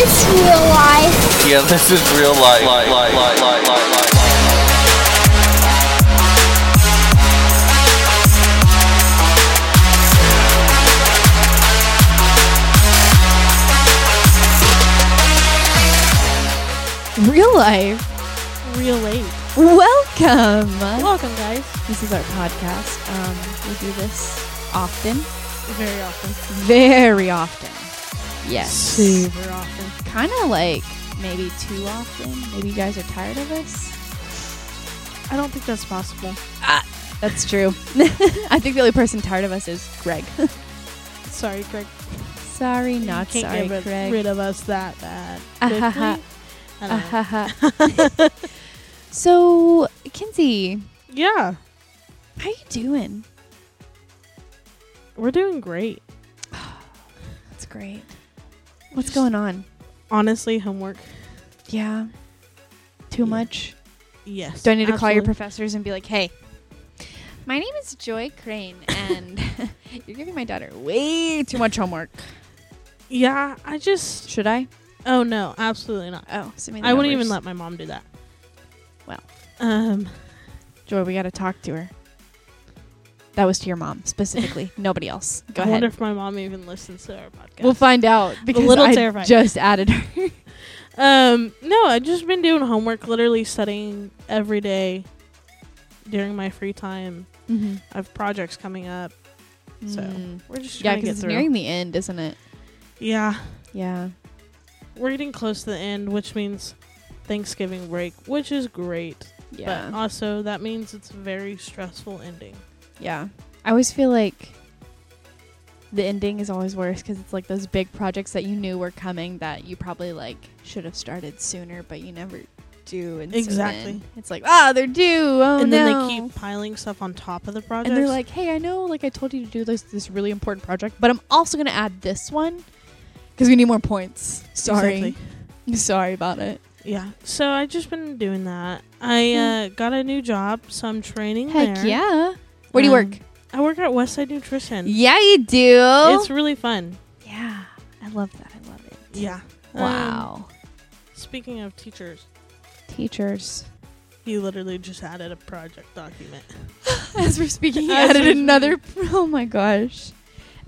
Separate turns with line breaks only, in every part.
is real life.
Yeah, this is real life. life, life, life, life, life, life.
Real life.
Real late.
Welcome.
Welcome, guys.
This is our podcast. Um, we do this often,
Very often.
very often. Yes.
Super often.
Kind of like maybe too often. Maybe you guys are tired of us.
I don't think that's possible.
That's true. I think the only person tired of us is Greg.
Sorry, Greg.
sorry, not
you can't
sorry, Uh-huh.
get rid,
Greg.
rid of us that bad. quickly.
Ahaha.
I don't know.
Ahaha. so, Kinsey,
Yeah,
how you doing?
we're doing great.
That's great. What's going on?
Honestly, homework.
Yeah. Too much.
Yes.
Do I need to call your
absolutely.
professors and be like, hey, my name is Joy Crane, and you're giving my daughter way too much homework.
Yeah, I just.
Should I?
Oh no, absolutely not.
Oh, send me the
I wouldn't
numbers.
even let my mom do that.
Well.
Um.
Joy, we got to talk to her. That was to your mom specifically, nobody else. Go
I
ahead.
wonder if my mom even listens to our podcast.
We'll find out because
little
I
terrified.
just added her.
Um, no, I've just been doing homework, literally studying every day during my free time. I have projects coming up. So,
Mm-hmm. Mm.
We're just
yeah,
trying to
because
get
it's
through.
nearing the end, isn't it?
yeah,
Yeah.
we're getting close to the end, which means Thanksgiving break, which is great.
Yeah.
But also, that means it's a very stressful ending.
Yeah. I always feel like the ending is always worse because it's like those big projects that you knew were coming that you probably like should have started sooner, but you never do. And so
Exactly.
then it's like, ah, they're due. Oh,
and then
no.
they keep piling stuff on top of the project.
And they're like, hey, I know, like I told you to do this this really important project, but I'm also gonna add this one because we need more points. Sorry, sorry about it.
Yeah. So I've just been doing that. I uh,
Yeah.
got a new job, so I'm training
Hmm. Heck
there.
yeah! Where do you
Um,
work?
I work at Westside Nutrition.
Yeah, you do.
It's really fun.
yeah, I love that. I love it.
Yeah. Um,
Wow.
speaking of teachers,
Teachers.
he literally just added a project document.
As we're speaking, he
As
added
we're
another. Oh my gosh.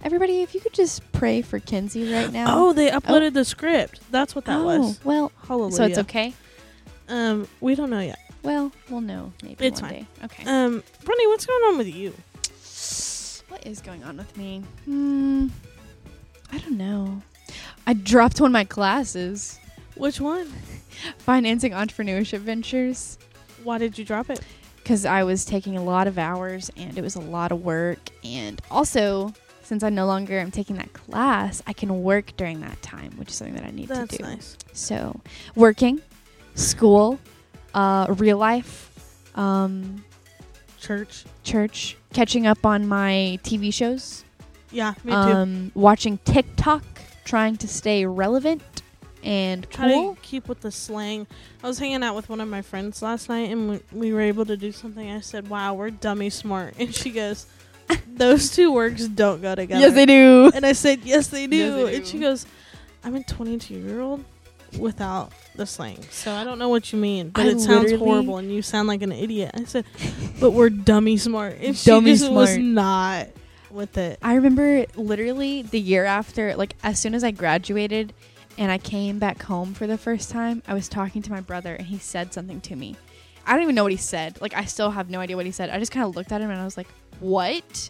Everybody, if you could just pray for Kinsey right now. Oh,
Oh, they uploaded the script. That's what that was.
Well,
Hallelujah.
so it's okay?
Um, we don't know yet.
Well, we'll know maybe
It's
one
fine.
day. Okay.
Um, Brittany, what's going on with you?
what is going on with me? Hmm. I don't know. I dropped one of my classes,
Which one?
Financing Entrepreneurship Ventures.
Why did you drop it?
because I was taking a lot of hours and it was a lot of work. And also, since I no longer am taking that class, I can work during that time, which is something that I need
That's
to do.
nice.
So, working, school, uh, real life, um,
Church.
church, catching up on my TV shows,
Yeah, me too.
um, watching TikTok, trying to stay relevant and
Try
cool.
to keep with the slang. I was hanging out with one of my friends last night, and we, we were able to do something. I said, "Wow, we're dummy smart," and she goes, "Those two words don't go together."
Yes, I do.
And I said, "Yes, they do."
Yes, they
And she
do.
goes, "I'm a 22 year old without the slang, so I don't know what you mean, but
I
it sounds
literally-
horrible, and you sound like an idiot." I said, "But we're dummy smart," and she
Dummy
just was
smart.
not with it.
I remember literally the year after, like as soon as I graduated and I came back home for the first time, I was talking to my brother and he said something to me. I don't even know what he said. Like I still have no idea what he said. I just kind of looked at him and I was like, "What?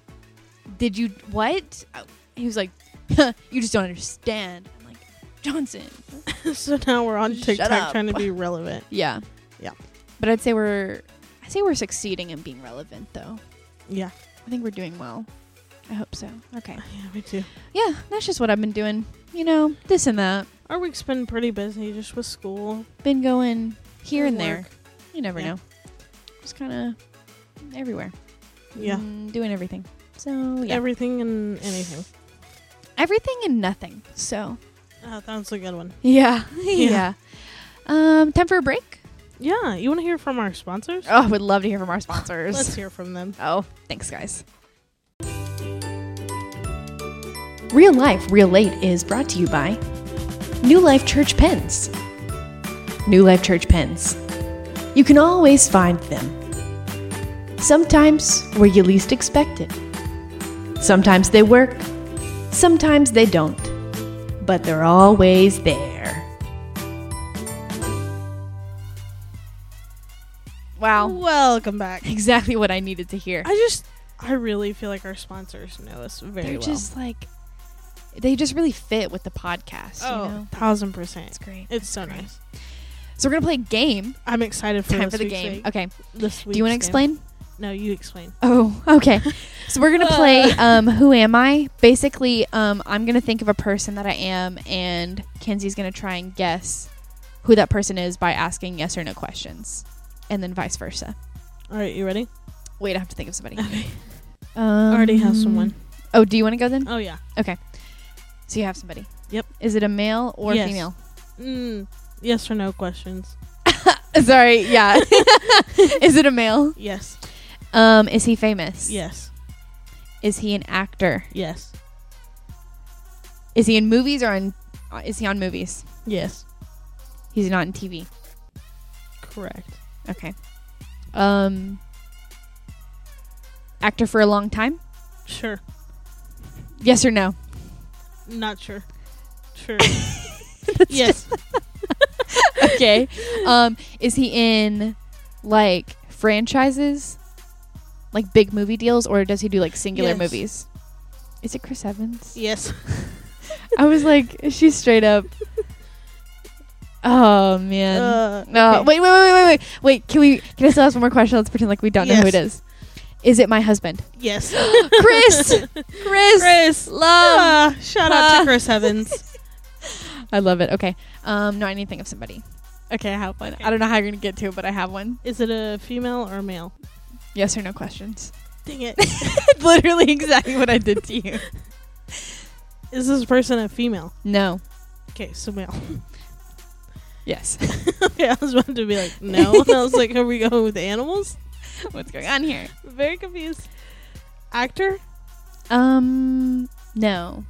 Did you what?" Uh, He was like, "You just don't understand." I'm like, "Johnson."
so now we're on
Shut
TikTok
up.
trying to be relevant.
Yeah.
Yeah.
But I'd say we're I say we're succeeding in being relevant though.
Yeah,
I think we're doing well. I hope so. Okay.
yeah, me too.
Yeah, that's just what I've been doing. You know, this and that.
Our week's been pretty busy, just with school.
been going here
Good
and there.
work.
You never
Yeah.
know. Just kind of everywhere.
Yeah.
Mm, doing everything. So, yeah.
Everything and anything.
everything and nothing. So,
Oh, that's a good one.
yeah. yeah. Um, time for a break?
Yeah, you want to hear from our sponsors?
Oh, I would love to hear from our
Let's
sponsors.
hear from them.
oh, thanks, guys. Real Life Real Late is brought to you by
New Life Church pens. New Life Church pens. You can always find them. Sometimes where you least expect it. Sometimes they work, sometimes they don't. But they're always there.
Wow.
Welcome back.
Exactly what I needed to hear.
I just, I really feel like our sponsors know us very
They're
well.
just like, they just really fit with the podcast.
oh,
You know?
thousand percent.
It's great.
It's so
great.
nice.
So we're gonna play a game.
I'm excited for
Time
this
for the
week's
game.
Thing.
Okay.
This
Do you want to
week's game.
explain?
No, you explain.
Oh, okay. So we're gonna play um, "Who Am I?" Basically, um, I'm gonna think of a person that I am, and Kenzie's gonna try and guess who that person is by asking yes or no questions, and then vice versa.
All right, you ready?
Wait, I have to think of somebody.
Okay.
Um,
already have someone.
Oh, do you want to go then?
Oh yeah.
So you have somebody.
Yep.
Is it a male or
Yes.
female?
Mm, yes or no questions.
Sorry. Yeah. is it a male?
Yes.
Um, is he famous?
Yes.
Is he an actor?
Yes.
Is he in movies or on? uh, Is he on movies?
Yes.
He's not in TV.
Correct.
Okay. Um actor for a long time?
Sure.
Yes or no?
Not sure. Sure. yes.
Okay. um is he in like franchises? Like big movie deals or does he do like singular
Yes.
movies? Is it Chris Evans?
Yes.
I was like she's straight up Oh man.
Uh,
no,
okay.
wait, wait, wait, wait, wait. Wait, can we can I still ask one more question? Let's pretend like we don't know who it
Yes.
is. Is it my husband?
Yes.
Um, Chris! Chris!
Chris.
Love!
Ah, shout out
Ah.
to Chris Evans.
I love it. Okay. Um, no, I need to think of somebody. Okay, I have one. I don't know how you're gonna get to it, but I have one.
Is it a female or male?
Yes or no questions.
Dang it.
Literally exactly what I did to you.
Is this person a female?
No.
Okay, so male.
Yes.
okay, I was about to be like, no. I was like, are we going with animals?
What's going on here?
Very confused. Actor?
Um. No.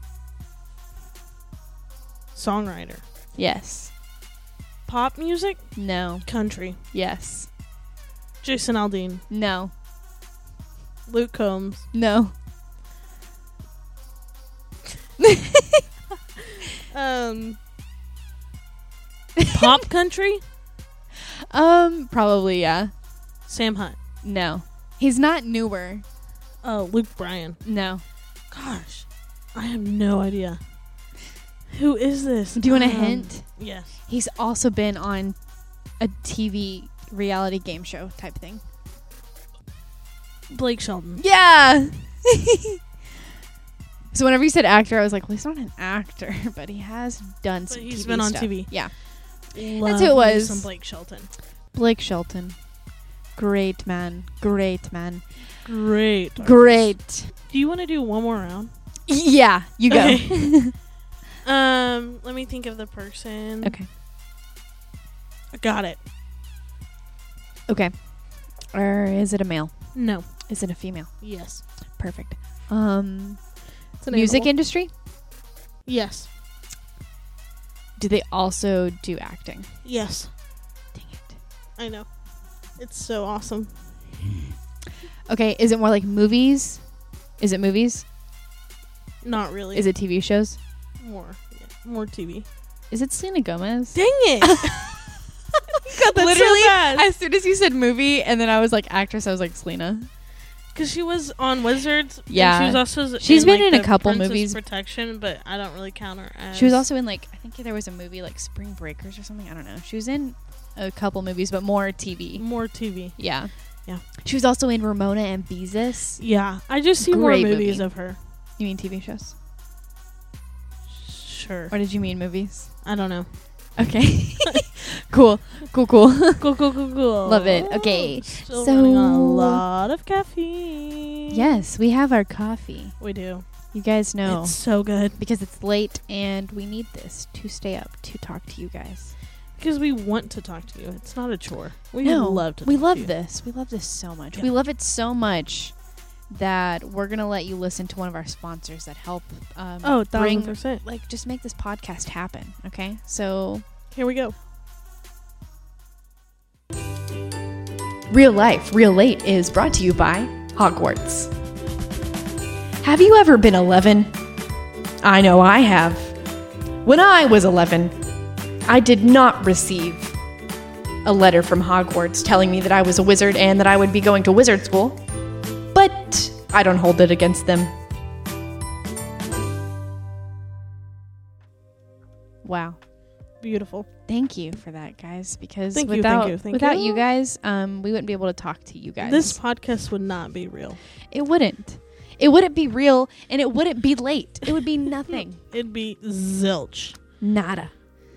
Songwriter.
Yes.
Pop music?
No.
Country.
Yes.
Jason Aldean.
No.
Luke Combs.
No.
Um. Pop country?
Um. Probably yeah.
Sam Hunt.
No. He's not newer.
Oh, Luke Bryan.
No.
Gosh, I have no idea. Who is this?
Do you want a
Um,
hint?
Yes.
He's also been on a TV reality game show type thing.
Blake Shelton.
Yeah. so whenever you said actor, I was like, well, he's not an actor, but he has done
But
some.
he's
TV
been on
stuff.
TV.
Yeah,
Love
who it
me
was.
Some Blake Shelton.
Blake Shelton, great man, great man,
Great.
great.
Do you want to do one more round?
Yeah, you go.
Okay. um, let me think of the person.
Okay.
Got it.
okay. Or is it a male?
No.
Is it a female?
Yes.
Perfect. Um,
It's
music industry.
Yes.
Do they also do acting?
Yes.
Dang it.
I know. It's so awesome.
Okay, is it more like movies? Is it movies?
Not really.
Is it TV shows?
more? Yeah. More TV.
Is it Selena Gomez?
Dang it! God, that's
Literally,
so fast.
as soon as you said movie, and then I was like actress, I was like Selena.
Because she was on Wizards.
Yeah.
And she was also.
She's
in,
been
like,
in a
the
couple
Princess
movies.
Protection, but I don't really count her as.
She was also in like I think there was a movie like Spring Breakers or something. I don't know. She was in a couple movies, but more TV.
more TV.
Yeah,
Mm. Yeah.
She was also in Ramona and Beezus.
Yeah, I just see
Great
more movies
movie.
of her.
You mean TV shows,
Sure.
or did you mean movies?
I don't know.
Okay, cool, cool, cool.
Cool, cool, cool, cool.
Love it. Okay,
Still
so-
running on a lot of caffeine.
yes, we have our coffee.
We do.
You guys know
It's so good
because it's late and we need this to stay up to talk to you guys.
because we want to talk to you. It's not a chore. We
No,
love to.
we
talk
love
to you.
this. We love this so much.
Yeah.
We love it so much that we're gonna let you listen to one of our sponsors that help um,
Oh, thousand
bring
percent.
like just make this podcast happen. Okay, so
Here we go.
Real Life Real Late is brought to you by Hogwarts. Have you ever been 11? I know I have. When I was 11, I did not receive a letter from Hogwarts telling me that I was a wizard and that I would be going to wizard school, but I don't hold it against them.
wow,
Beautiful.
thank you for that, guys. Because
Thank you, thank
without
you, thank
without
you.
you. guys, um, we wouldn't be able to talk to you guys.
This podcast would not be real.
it wouldn't. It wouldn't be real, and it wouldn't be late. It would be nothing.
It'd be zilch.
Nada.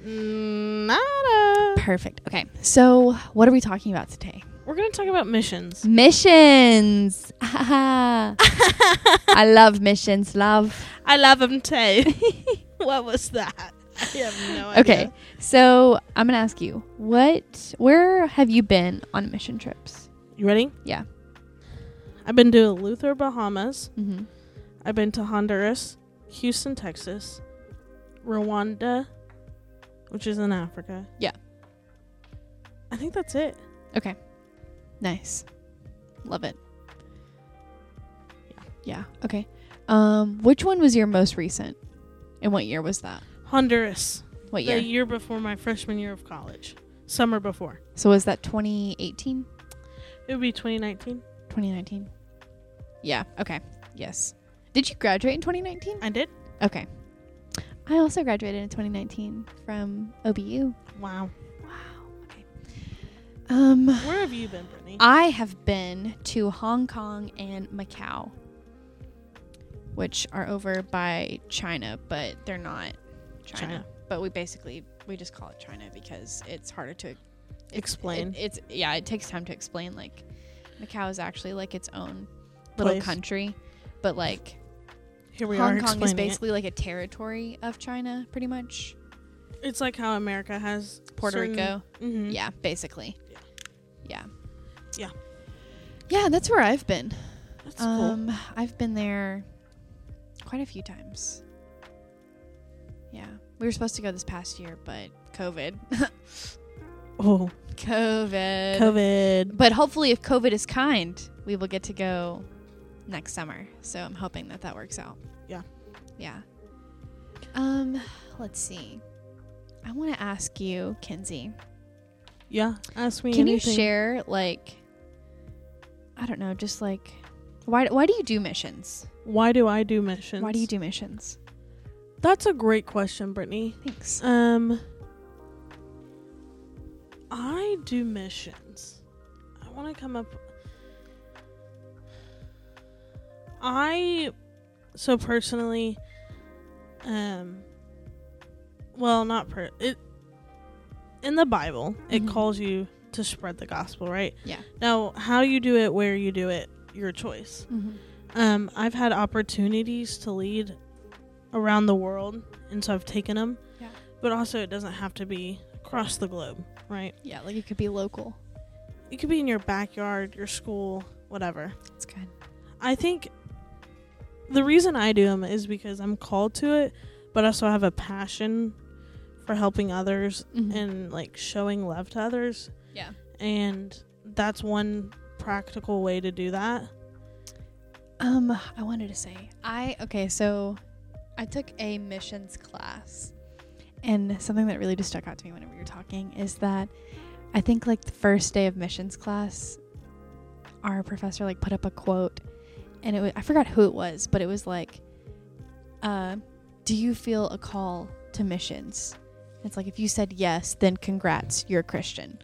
Nada.
Perfect. Okay. So, what are we talking about today?
We're gonna talk about missions.
Missions. I love missions. Love.
I love them too. what was that? I have no idea.
Okay. So, I'm going to ask you, what where have you been on mission trips?
You ready?
Yeah.
I've been to Luther, Bahamas.
Mm-hmm.
I've been to Honduras, Houston, Texas, Rwanda, which is in Africa.
Yeah.
I think that's it.
Okay. Nice. Love it. Yeah. Okay. Um which one was your most recent? And what year was that?
Honduras.
What
The
year?
year before my freshman year of college. Summer before.
So was that 2018?
It would be 2019.
2019. Yeah. Okay. Yes. Did you graduate in 2019?
I did?
Okay. I also graduated in 2019 from OBU.
Wow.
Wow. Okay. Um,
Where have you been, Brittany?
I have been to Hong Kong and Macau, which are over by China, but they're not China.
China.
But we basically we just call it China because it's harder to
Explain.
it- it's yeah, it takes time to explain. Like Macau is actually like its own little
Place.
country, but like
Here we are
Hong Kong is
explaining
basically like a territory of China, pretty much.
it. It's like how America has
Puerto
certain-
Rico.
Mhm.
Yeah, basically.
Yeah.
Yeah.
Yeah.
Yeah, that's where I've been.
That's
Um, I've been there quite a few times. Yeah. We were supposed to go this past year, but COVID.
cool. Oh,
COVID.
COVID.
But hopefully, if COVID is kind, we will get to go next summer. So I'm hoping that that works out.
Yeah.
Yeah. Um, let's see. I want to ask you, Kinsey.
Yeah. Ask me
Can
anything.
you share like I don't know, just like why why do you do missions?
Why do I do missions?
Why do you do missions?
That's a great question, Brittany.
Thanks.
Um, I do missions. I want to come up. I, so personally, um, well, not per it. In the Bible, it
Mhm.
calls you to spread the gospel, right?
Yeah.
Now, how you do it, where you do it, your choice. Um, I've had opportunities to lead around the world, and so I've taken them.
Yeah.
But also, it doesn't have to be across the globe, right?
Yeah, like it could be local.
It could be in your backyard, your school, whatever.
It's good.
I think the reason I do them is because I'm called to it, but also I have a passion for helping others
Mm-hmm.
and like showing love to others.
Yeah.
And that's one practical way to do that.
Um, I wanted to say I okay, so I took a missions class, and something that really just stuck out to me whenever you're talking is that I think like the first day of missions class, our professor like put up a quote, and it was, I forgot who it was, but it was like, uh, "Do you feel a call to missions?" It's like if you said yes, then congrats, you're a Christian,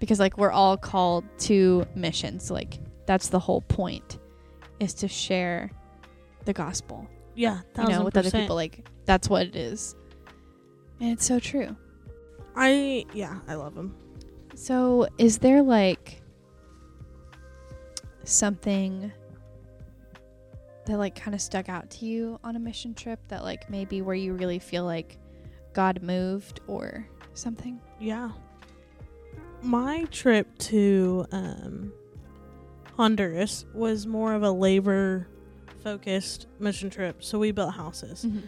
because like we're all called to missions, like that's the whole point is to share the gospel,
Yeah,
you know,
thousand
with other
percent.
people. Like that's what it is, and it's so true.
I yeah, I love them.
So, is there like something that like kind of stuck out to you on a mission trip that like maybe where you really feel like God moved or something?
Yeah. My trip to um Honduras was more of a labor focused mission trip, so we built houses.
Mhm.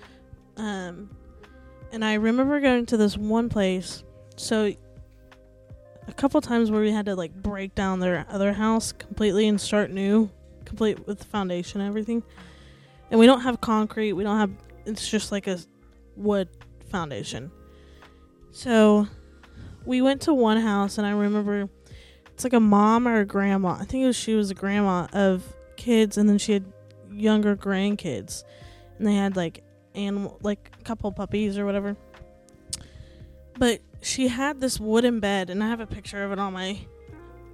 Um, and I remember going to this one place. So a couple times where we had to like break down their other house completely and start new, complete with the foundation and everything. And we don't have concrete. We don't have. It's just like a wood foundation. So we went to one house, and I remember it's like a mom or a grandma. I think it was, she was a grandma of kids, and then she had younger grandkids, and they had like animal, like a couple puppies or whatever. But she had this wooden bed, and I have a picture of it on my.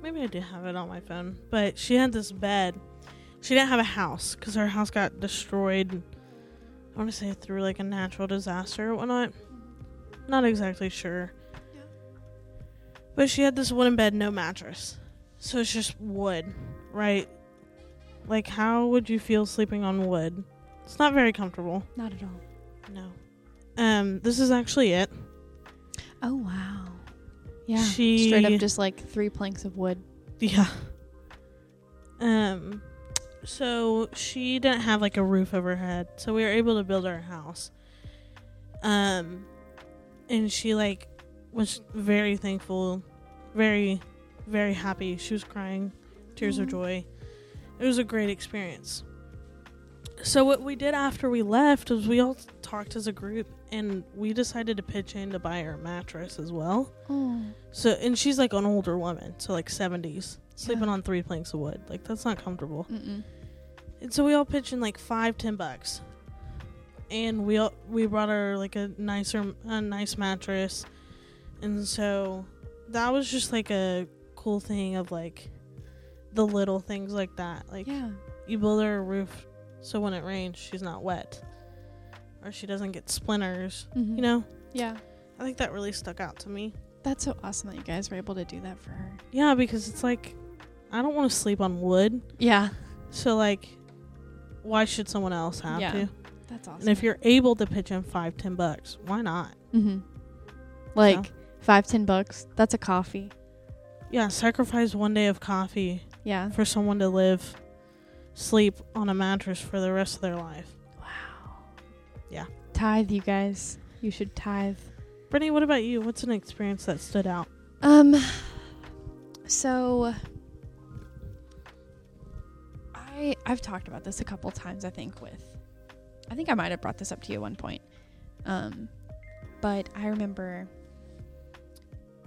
Maybe I do have it on my phone, but she had this bed. She didn't have a house because her house got destroyed. I want to say through like a natural disaster or whatnot. Not exactly sure. But she had this wooden bed, no mattress. So it's just wood, right? Like, how would you feel sleeping on wood? It's not very comfortable.
Not at all.
No. Um, this is actually it.
Oh wow. Yeah.
She-
straight up just like three planks of wood.
Yeah. Um so she didn't have like a roof over her head, so we were able to build our house. Um and she like was very thankful, very very happy. She was crying tears of joy. It was a great experience. So what we did after we left was we all talked as a group and we decided to pitch in to buy her mattress as well.
Oh.
So and she's like an older woman, so like seventies, sleeping on three planks of wood. Like that's not comfortable.
Mm-mm.
And so we all pitched in like five, ten bucks, and we all, we brought her like a nicer, a nice mattress, and so that was just like a cool thing of like the little things like that. Like
Yeah.
you build her a roof so when it rains she's not wet, or she doesn't get splinters.
Mhm.
You know,
Yeah.
I think that really stuck out to me.
That's so awesome that you guys were able to do that for her.
Yeah, because it's like I don't want to sleep on wood.
Yeah.
So like why should someone else have
Yeah,
to?
That's awesome.
And if you're able to pitch in five, ten bucks, why not?
mm-hmm. like five, ten bucks, that's a coffee.
Yeah, sacrifice one day of coffee
Yeah.
for someone to live sleep on a mattress for the rest of their life.
Wow.
Yeah.
Tithe, you guys. You should tithe.
Brittany, what about you? What's an experience that stood out?
Um. So. I I've talked about this a couple times. I think with, I think I might have brought this up to you at one point. Um, but I remember.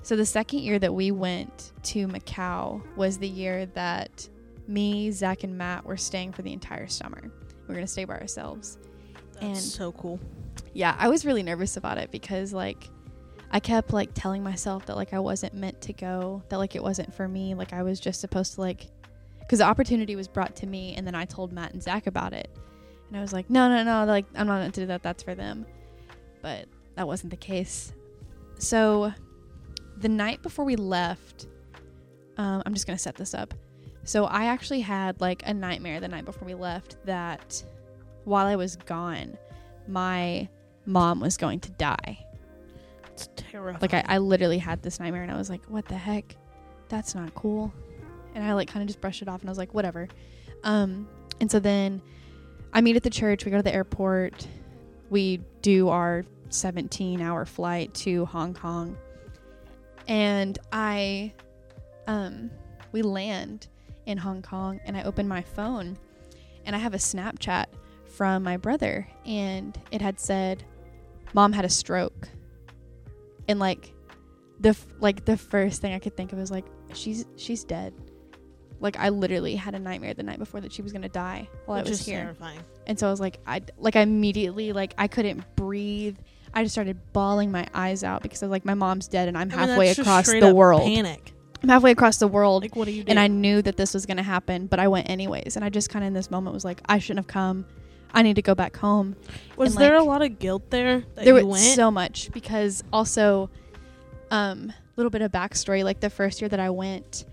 So the second year that we went to Macau was the year that me, Zach, and Matt were staying for the entire summer. We were gonna stay by ourselves.
That's
And-
so cool.
yeah i was really nervous about it because like i kept like telling myself that like i wasn't meant to go that like it wasn't for me like i was just supposed to like because the opportunity was brought to me and then i told matt and zach about it and i was like no no no like i'm not meant to do that that's for them but that wasn't the case so the night before we left um, i'm just gonna set this up so i actually had like a nightmare the night before we left that while i was gone my mom was going to die.
It's terrifying.
Like I, I literally had this nightmare and I was like, what the heck? That's not cool. And I like kind of just brushed it off and I was like, whatever. Um, and so then I meet at the church, we go to the airport, we do our 17 hour flight to Hong Kong. And I um we land in Hong Kong and I open my phone and I have a Snapchat from my brother and it had said mom had a stroke and like the f- like the first thing I could think of was like she's she's dead. Like I literally had a nightmare the night before that she was gonna die while
Which
I was
is
here.
terrifying.
And so I was like, I like I immediately like I couldn't breathe. I just started bawling my eyes out because I was like, my mom's dead and I'm
I mean,
halfway
that's just
across
straight
the
up
world.
Panic.
I'm halfway across the world,
Like what do you do?
and I knew that this was gonna happen, but I went anyways. And I just kind of in this moment was like, I shouldn't have come. I need to go back home
was
and,
there a
like,
lot of guilt there that
there
you
was
went?
so much because also um little bit of backstory like the first year that i went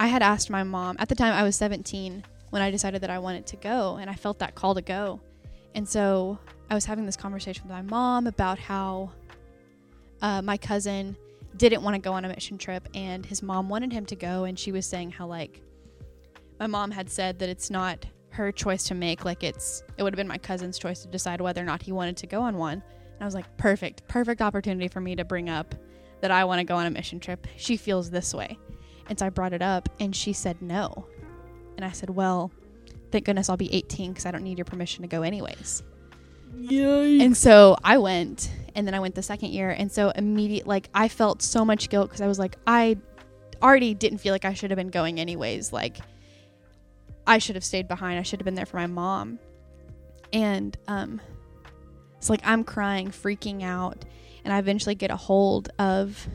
i had asked my mom at the time i was 17 when i decided that i wanted to go and i felt that call to go and so i was having this conversation with my mom about how uh, my cousin didn't want to go on a mission trip and his mom wanted him to go and she was saying how like my mom had said that it's not her choice to make. Like it's it would have been my cousin's choice to decide whether or not he wanted to go on one. And I was like, perfect, perfect opportunity for me to bring up that I want to go on a mission trip. She feels this way, and so I brought it up, and she said no. And I said, well, thank goodness I'll be 18 because I don't need your permission to go anyways.
Yay.
And so I went, and then I went the second year, and so immediate like I felt so much guilt because I was like I already didn't feel like I should have been going anyways. Like I should have stayed behind. I should have been there for my mom. And um, it's like I'm crying, freaking out, and I eventually get a hold of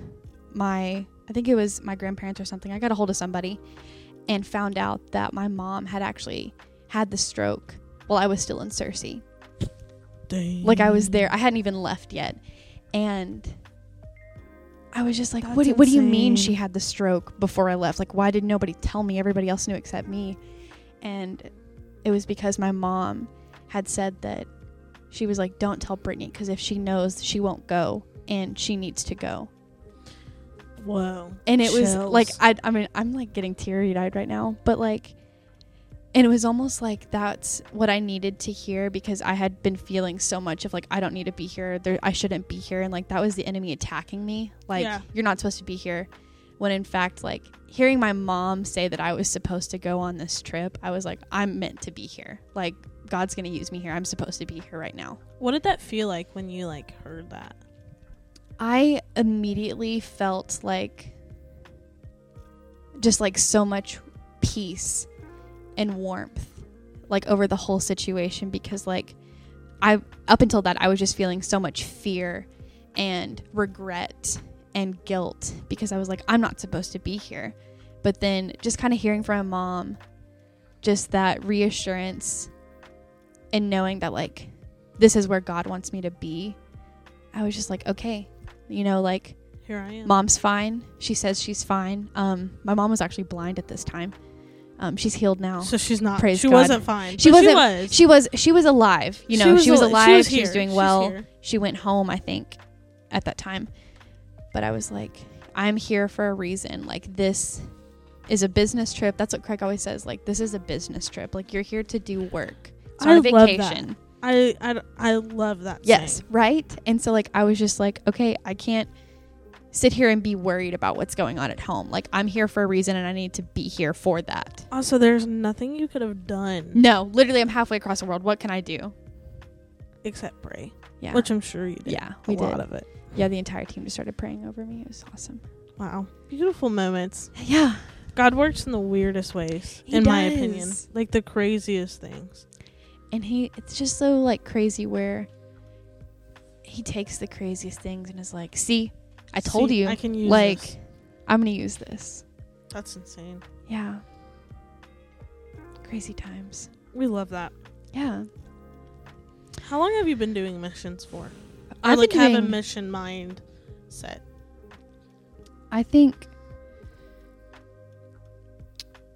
my I think it was my grandparents or something. I got a hold of somebody and found out that my mom had actually had the stroke while I was still in Cersei
Dang.
like I was there. I hadn't even left yet, and I was just like, "What? Do, what do you mean
insane.
she had the stroke before I left? Like, why did nobody tell me? Everybody else knew except me." And it was because my mom had said that she was like, "Don't tell Brittany because if she knows, she won't go, and she needs to go."
Whoa.
And it was
Chills.
like, I, I mean, I'm like getting teary eyed right now, but like. And it was almost like that's what I needed to hear because I had been feeling so much of like I don't need to be here, there, I shouldn't be here, and like that was the enemy attacking me. Like
Yeah.
you're not supposed to be here, when in fact, like hearing my mom say that I was supposed to go on this trip, I was like, I'm meant to be here. Like God's gonna use me here. I'm supposed to be here right now.
What did that feel like when you like heard that?
I immediately felt like just like so much peace and warmth like over the whole situation because like I up until that I was just feeling so much fear and regret and guilt because I was like I'm not supposed to be here. But then just kind of hearing from my mom just that reassurance and knowing that like this is where God wants me to be. I was just like, okay, you know, like
Here I am.
mom's fine. She says she's fine. Um, my mom was actually blind at this time. Um, she's healed now.
So she's not.
Praise
she
God.
wasn't fine.
she
but
wasn't. She was.
was.
She was. alive. You
She
know, she was,
was al- she
alive.
was
She was,
here.
doing
She's
well.
here.
She went home, I think, at that time. But I was like, I'm here for a reason. Like this is a business trip. That's what Craig always says. Like this is a business trip. Like you're here to do work. It's not
I
a
love that.
vacation.
I, I I love that.
Yes,
saying.
right? And so like I was just like, okay, I can't sit here and be worried about what's going on at home. Like I'm here for a reason and I need to be here for that.
Also, there's nothing you could have done
No, literally I'm halfway across the world. What can I do?
except pray,
Yeah.
which I'm sure you did.
yeah,
a
we
lot
did.
of it.
Yeah, the entire team just started praying over me. It was awesome.
Wow, beautiful moments.
Yeah.
God works in the weirdest ways,
He
in my opinion,
does.
like the craziest things.
And he it's just so like crazy where he takes the craziest things and is like, "See, I told
See,
you.
I can use
like
this.
I'm going to use this."
That's insane.
Yeah. Crazy times.
We love that.
Yeah.
How long have you been doing missions for? Or,
I've
like
been
have a
doing-
mission mind set.
I think.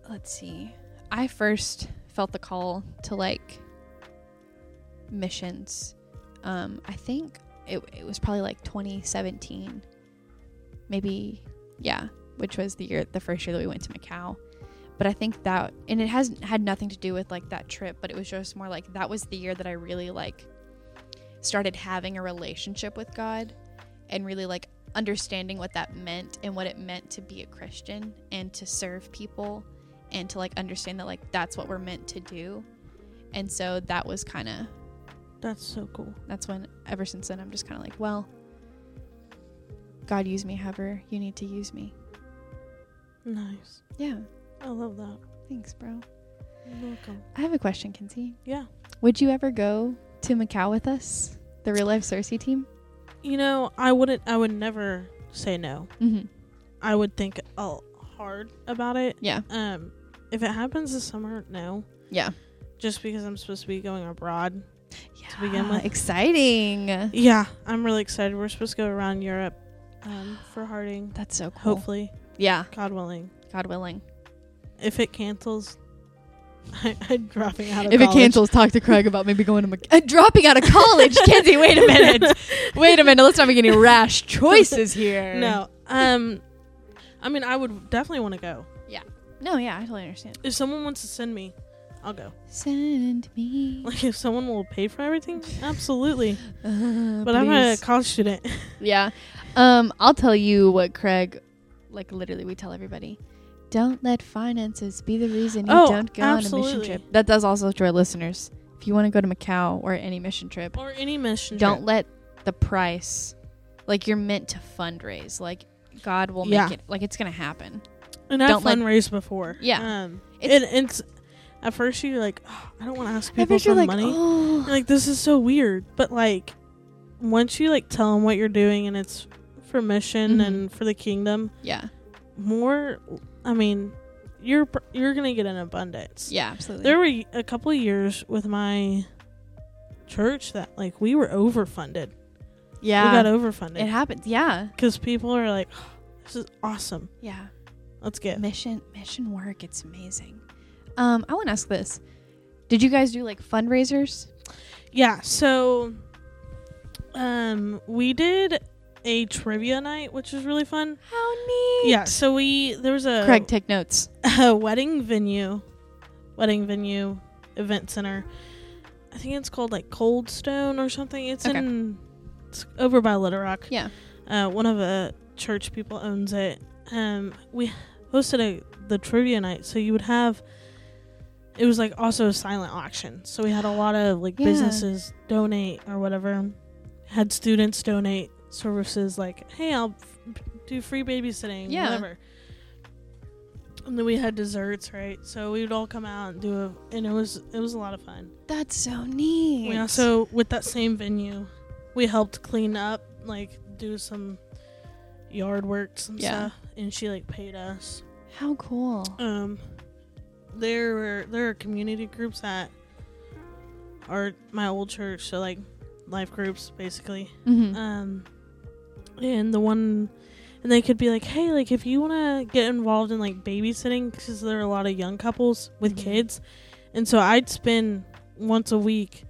Let's see. I first felt the call to like missions. Um, I think it, it was probably like 2017, maybe, yeah, which was the year, the first year that we went to Macau. But I think that, and it hasn't had nothing to do with like that trip, but it was just more like that was the year that I really like started having a relationship with God and really like understanding what that meant and what it meant to be a Christian and to serve people and to like understand that like that's what we're meant to do. And so that was kind of
That's so cool.
that's when ever since then I'm just kind of like, well, God use me however you need to use me.
Nice.
Yeah,
I love that.
thanks, bro.
You're welcome.
I have a question, Kinsey.
Yeah.
Would you ever go to Macau with us, the Real Life Cersei team?
You know, I wouldn't. I would never say no.
Mm-hmm.
I would think uh, hard about it.
Yeah,
Um, if it happens this summer, no.
yeah.
Just because I'm supposed to be going abroad.
yeah.
To begin with.
exciting.
Yeah, I'm really excited. We're supposed to go around Europe um, for Harding.
That's so cool.
Hopefully,
Yeah,
God willing.
God willing.
If it cancels, I, I'm dropping out of
If it
college.
cancels, talk to Craig about maybe going to Mc-
Uh, dropping out of college, Kenzie. Wait a minute. Wait a minute. Let's not make any rash choices here.
No. Um, I mean, I would definitely want to go.
Yeah. No, yeah, I totally understand.
If someone wants to send me, I'll go.
Send me.
Like if someone will pay for everything, absolutely.
Uh,
But I'm a
please.
college student.
Yeah. Um, I'll tell you what Craig, like literally, we tell everybody. Don't let finances be the reason you
Oh,
don't go on a
absolutely.
mission trip. That does also to our listeners. If you want to go to Macau or any mission trip,
or any mission.
don't
trip.
let the price, like you're meant to fundraise. Like God will
Yeah.
make it. Like it's gonna happen.
and I've
don't let-
fundraised before.
Yeah.
Um,
It's-
it's, and it's at first you're like, oh, I don't want to ask
At
people
first you're
for
like,
money.
oh,
You're like this is so weird, but like once you like tell them what you're doing and it's for mission
Mhm.
and for the kingdom,
yeah,
more. I mean, you're pr- you're gonna get an abundance.
yeah, absolutely.
There were y- a couple of years with my church that like we were overfunded.
yeah,
We got overfunded
it happens. Yeah,
because people are like, "This is awesome.
yeah.
Let's get."
mission mission work it's amazing um i want to ask this did you guys do like fundraisers
Yeah. So, um, we did a trivia night, which was really fun.
how neat
Yeah. So we there was a
craig take notes
a wedding venue, wedding venue, event center. I think it's called like Cold Stone or something. It's
Okay.
in it's over by Little Rock.
yeah
uh, one of the church people owns it. Um, we hosted a the trivia night, so you would have. It was like also a silent auction, so we had a lot of like
Yeah.
businesses donate or whatever. Had students donate services like, "Hey, I'll f- do free babysitting,
Yeah.
whatever." And then we had desserts, right? So we would all come out and do a, and it was it was a lot of fun.
that's so neat
We also, with that same venue, we helped clean up, like do some yard work, some
Yeah.
stuff, and she like paid us.
how cool
Um, there were there are community groups that are my old church, so like life groups basically.
mm-hmm.
Um, and the one, and they could be like, hey, like if you want to get involved in like babysitting, because there are a lot of young couples with
Mhm.
kids, and so I'd spend once a week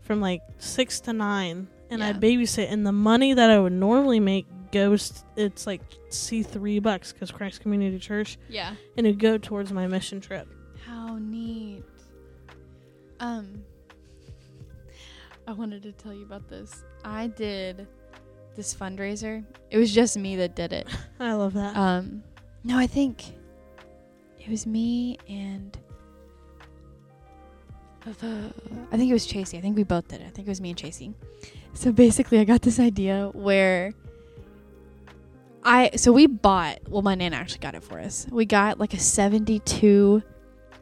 from like six to nine, and
Yeah.
I'd babysit, and the money that I would normally make goes, it's like C three bucks because Christ Community Church,
yeah
and it'd go towards my mission trip.
how neat um i wanted to tell you about this i did this fundraiser it was just me that did it
I love that.
Um, no, I think it was me and I think it was Chasey. I think we both did it. I think it was me and Chasey. So basically, I got this idea where I so we bought. Well, my nana actually got it for us. We got like a seventy-two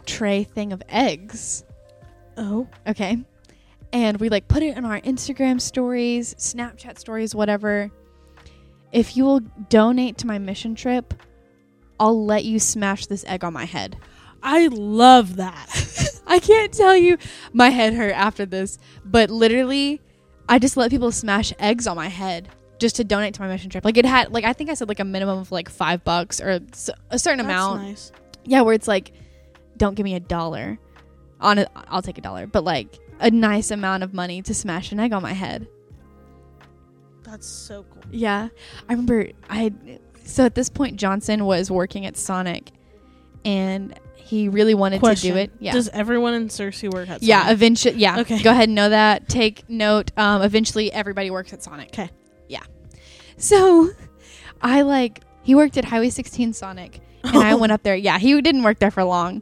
tray thing of eggs.
oh,
Okay. And we like put it in our Instagram stories, Snapchat stories, whatever. If you will donate to my mission trip, I'll let you smash this egg on my head.
I love that.
I can't tell you my head hurt after this, but literally I just let people smash eggs on my head just to donate to my mission trip. Like it had like I think I said like a minimum of like 5 bucks or s- a certain amount.
That's nice.
Yeah, where it's like, don't give me a dollar. On a, I'll take a dollar, but like a nice amount of money to smash an egg on my head.
That's so cool.
Yeah, I remember I. So at this point, Johnson was working at Sonic, and he really wanted to do it. Yeah,
Does everyone in Cersei work at
yeah.
Sonic?
Eventually, yeah.
Okay.
Go ahead and know that. Take note. Um, eventually, everybody works at Sonic.
'Kay.
Yeah. So, I like he worked at Highway 16 Sonic, and I went up there. Yeah, he didn't work there for long,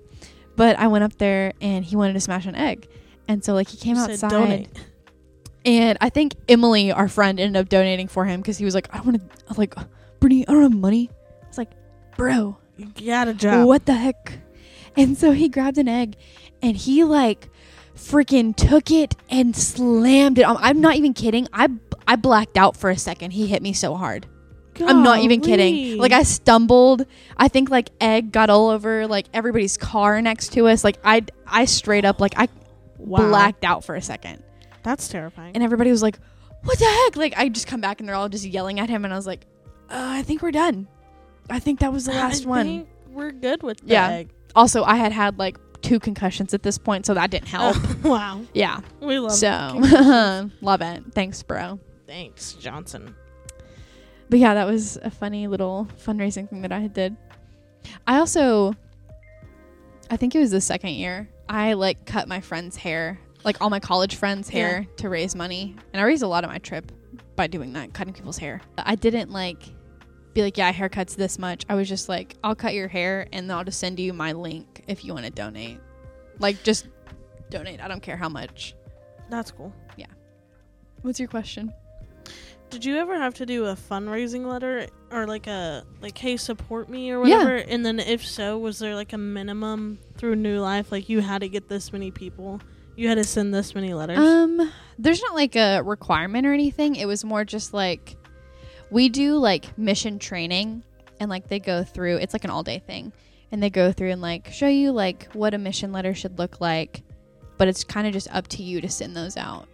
but I went up there and he wanted to smash an egg, and so like he came
You said
outside.
donate.
And I think Emily, our friend, ended up donating for him because he was like, I don't want to, like, Brittany, I don't have money. It's like, bro,
You got a job.
what the heck? And so he grabbed an egg and he, like, freaking took it and slammed it. on- I'm not even kidding. I, I blacked out for a second. He hit me so hard. I'm not even kidding.
Golly.
Like, I stumbled. I think, like, egg got all over, like, everybody's car next to us. Like, I, I straight up, like, I
Wow.
blacked out for a second
That's terrifying.
and everybody was like, "What the heck?" Like I just come back and they're all just yelling at him, and I was like, uh, "I think we're done. I think that was the last
I
one."
think we're good with the
Yeah.
egg.
Also, I had had like two concussions at this point, so that didn't help.
Oh, wow.
Yeah,
We love
so love it. Thanks, bro.
Thanks, Johnson.
But yeah, that was a funny little fundraising thing that I did. I also I think it was the second year. I like cut my friends' hair, like all my college friends' hair, to raise money, and I raised a lot of my trip by doing that, cutting people's hair. I didn't like be like, yeah, haircuts this much. I was just like, I'll cut your hair, and then I'll just send you my link if you want to donate. Like, just donate. I don't care how much.
That's cool.
What's your question?
Did you ever have to do a fundraising letter or like a like hey support me or whatever? And then if so, was there like a minimum through New Life like you had to get this many people? You had to send this many letters.
Um, there's not like a requirement or anything. It was more just like we do like mission training and like they go through it's like an all day thing. And they go through and like show you like what a mission letter should look like, but it's kind of just up to you to send those out.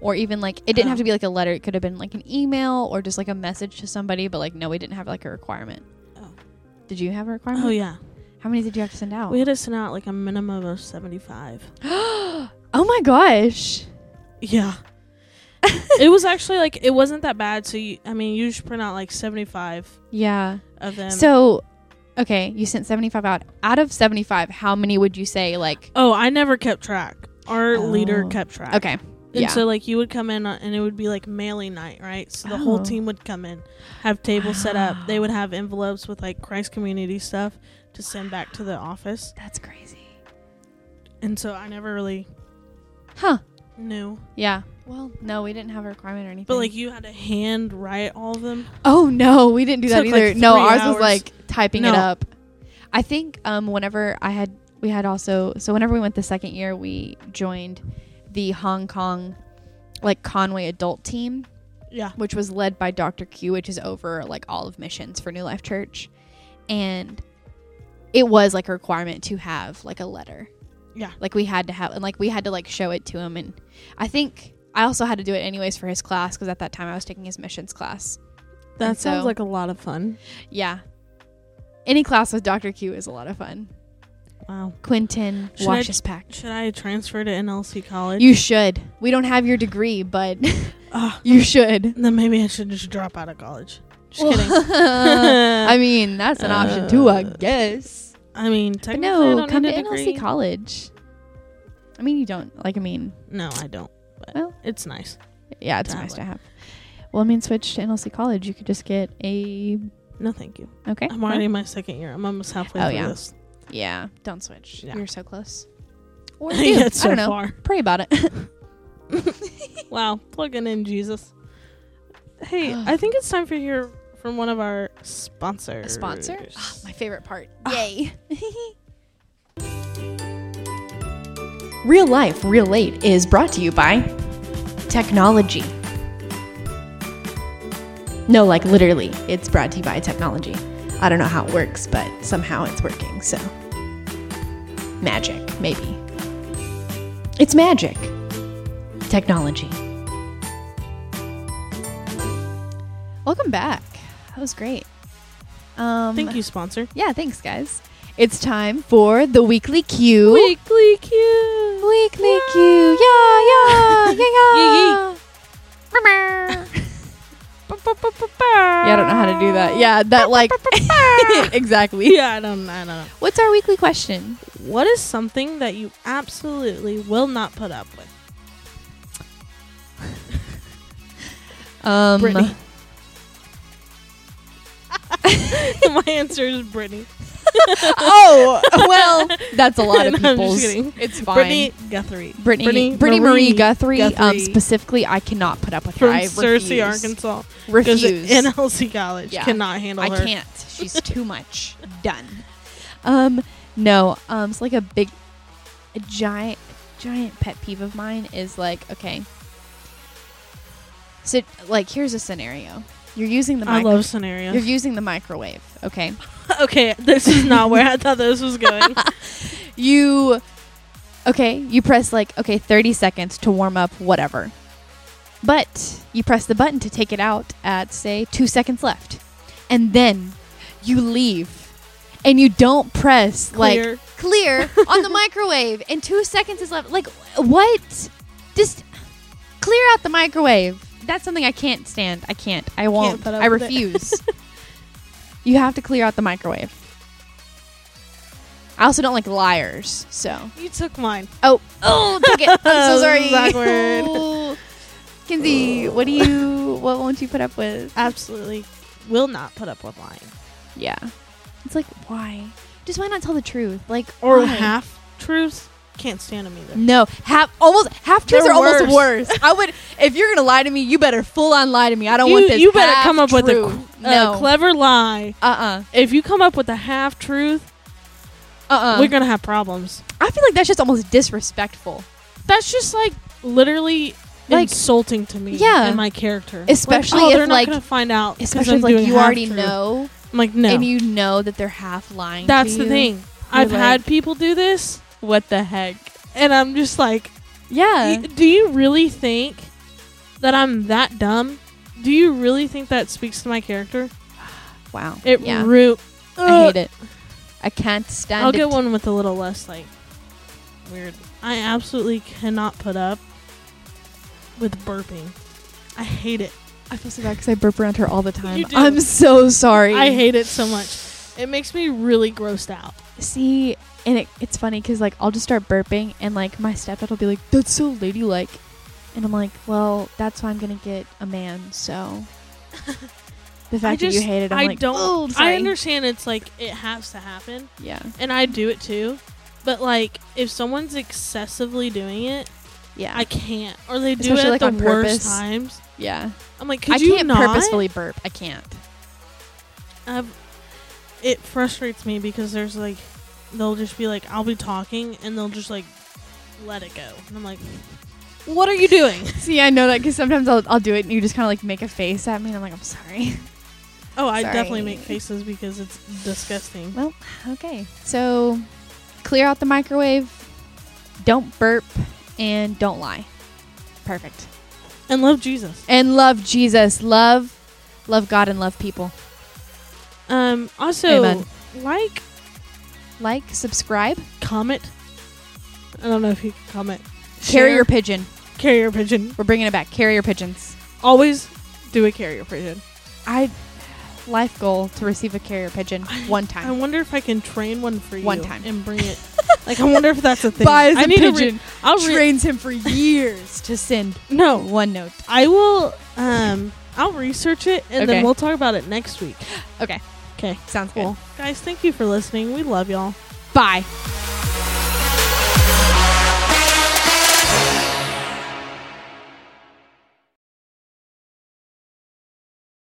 Or even like it didn't have to be like a letter, it could have been like an email or just like a message to somebody, but like no, we didn't have like a requirement.
Oh.
Did you have a requirement?
oh yeah.
How many did you have to send out?
We had to send out like a minimum of 75.
oh my gosh.
Yeah. it was actually like it wasn't that bad so you, I mean you should print out like 75
Yeah.
of them.
So, okay, you sent 75 out. Out of 75, how many would you say, like,
Oh, I never kept track. Our leader
Oh.
kept track.
okay,
And
yeah.
so like you would come in uh, and it would be like mailing night, right? So the whole
Oh.
team would come in, have tables set up. They
Wow.
would have envelopes with like Christ community stuff to send back to the office.
that's crazy.
And so I never really
Huh.
knew.
Yeah. Well, no, we didn't have a requirement or anything.
But like you had to hand write all of them.
oh no, we didn't do that
Took, like,
either. no,
three
ours
hours.
was like typing it
No.
up. I think um, whenever I had, we had also, so whenever we went the second year, we joined the Hong Kong, like Conway adult team.
Yeah.
which was led by Dr. Q, which is over like all of missions for New Life Church. And it was like a requirement to have like a letter.
Yeah.
Like we had to have, and like we had to like show it to him. And I think I also had to do it anyways for his class because at that time I was taking his missions class.
That
And
sounds
so-
like a lot of fun.
Yeah. Any class with Dr. Q is a lot of fun.
Wow.
Quentin
Should I-
wash his pack.
Should I transfer to NLC college?
You should. We don't have your degree, but
Ah,
you should.
then maybe I should just drop out of college. Just kidding.
I mean, that's an option too, I guess.
I mean,
But
technically, I
no,
don't
come to
need a degree.
NLC College. I mean, you don't like. I mean,
no, I don't. But
Well.
it's nice.
yeah, it's
To have
nice to
one.
have. Well, I mean, switch to NLC College. You could just get a
No, thank you.
okay.
I'm already in my second year. I'm almost halfway
Oh,
through
yeah.
this.
Yeah, don't switch.
Yeah.
You're so close. Or
Yeah,
do. I
it's so
don't know.
far.
Pray about it.
Wow, plugging in Jesus. Hey, I think it's time for here from one of our sponsors.
a sponsor. Ah, my favorite part.
Yay. Real Life Real Late is brought to you by technology.
No, like literally, it's brought to you by technology. I don't know how it works, but somehow it's working. So
Magic, maybe. It's magic. Technology.
welcome back. That was great. Um,
Thank you, sponsor.
Yeah, thanks, guys. It's time for the weekly Q.
Weekly Q.
Weekly Q. Yeah, yeah, yeah, yeah. yeah, I don't know how to do that. Yeah, that like exactly.
Yeah, I don't. I don't know.
What's our weekly question?
What is something that you absolutely will not put up with?
Um,
Brittany. My answer is Brittany.
oh, well, that's a lot
No,
of
I'm just
people's.
kidding.
It's fine.
Brittany Guthrie.
Brittany, Brittany, Marie, Guthrie, Um,
Guthrie
specifically, I cannot put up with her.
from
I
Searcy,
refuse.
Arkansas. Because
Refuse.
NLC College
Yeah.
cannot handle
I
her.
can't. She's too much. Done. Um, no. Um, it's like a big, a giant, giant pet peeve of mine is like, okay. So, like, here's a scenario. You're using the
I
micro-
love
you're
scenarios.
using the microwave. Okay.
okay, this is not where I thought this was going.
You, okay. You press like okay, 30 seconds to warm up whatever. But you press the button to take it out at say two seconds left, and then you leave, and you don't press like
Clear.
clear on the microwave and two seconds is left. Like, what? Just clear out the microwave. That's something I can't stand. I can't. I won't.
put up
I
with it.
refuse. you have to clear out the microwave. I also don't like liars. So
You took mine.
oh oh, took it. I'm so sorry.
Backward.
Kinsey, what do you? What won't you put up with?
Uh, Absolutely will not put up with lying.
Yeah, it's like why? Just why not tell the truth? Like
Or
why?
half truths. Can't stand them either.
No, half almost half truths
They're
are almost worse. I would if you're gonna lie to me, you better full on lie to me. I don't
you,
want this.
you better
half
come up with a,
truth.
cl- a
no.
clever lie.
uh uh
If you come up with a half truth,
uh uh.
we're gonna have problems.
I feel like that's just almost disrespectful,
That's just like literally
Like-
insulting to me
Yeah.
and my character.
Especially
like, oh,
if,
they're not
like-
gonna find out. 'cause
especially
I'm
if like
doing
you
half
already
truth.
know
I'm like no.
and you know that they're half lying. to
That's the
you.
thing. I've
like-
had people do this. What the heck? And I'm just like,
Yeah.
y- do you really think that I'm that dumb? Do you really think that speaks to my character?
wow.
It
yeah.
root.
I hate it. I can't stand
I'll
it.
get one with a little less like weird. I absolutely cannot put up with burping. I hate it.
I feel so bad because I burp around her all the time.
You do.
I'm so sorry.
I hate it so much. It makes me really grossed out.
See, and it, it's funny because like I'll just start burping, and like my stepdad will be like, "That's so ladylike," and I'm like, "Well, that's why I'm gonna get a man." So the fact
I just,
that you hate it, I'm
I
like,
don't.
"Oh,
I
sorry."
understand it's like it has to happen.
Yeah,
and I do it too. But like, if someone's excessively doing it,
yeah,
I can't. Or they do
Especially,
it
like,
at
on
the worst
purpose.
times.
yeah.
I'm like, could
I
you
can't
not?
purposefully burp. I can't.
I've- it frustrates me because there's like, they'll just be like, I'll be talking, and they'll just like, let it go, and I'm like, what are you doing?
See, I know that because sometimes I'll, I'll do it, and you just kind of like make a face at me, and I'm like, "I'm sorry."
oh, I definitely
Sorry.
make faces because it's disgusting.
Well, okay. So clear out the microwave, don't burp, and don't lie. Perfect.
And love Jesus.
And love Jesus. Love love God and love people.
Um. Also,
Amen.
like,
Like, subscribe,
comment. I don't know if you can comment.
carrier
Share.
pigeon.
carrier pigeon.
We're bringing it back. Carrier pigeons.
Always do a carrier pigeon.
I life goal to receive a carrier pigeon one
I
time.
wonder if I can train one for you
One time.
and bring it. like I wonder if that's a thing.
Buys
I
a
to re-
pigeon.
I'll re-
trains him for years to send
no.
one note.
I will. Um, I'll research it and
Okay.
then we'll talk about it next week.
Okay,
Okay,
sounds
Cool. guys. Thank you for listening. We love y'all.
good. Bye.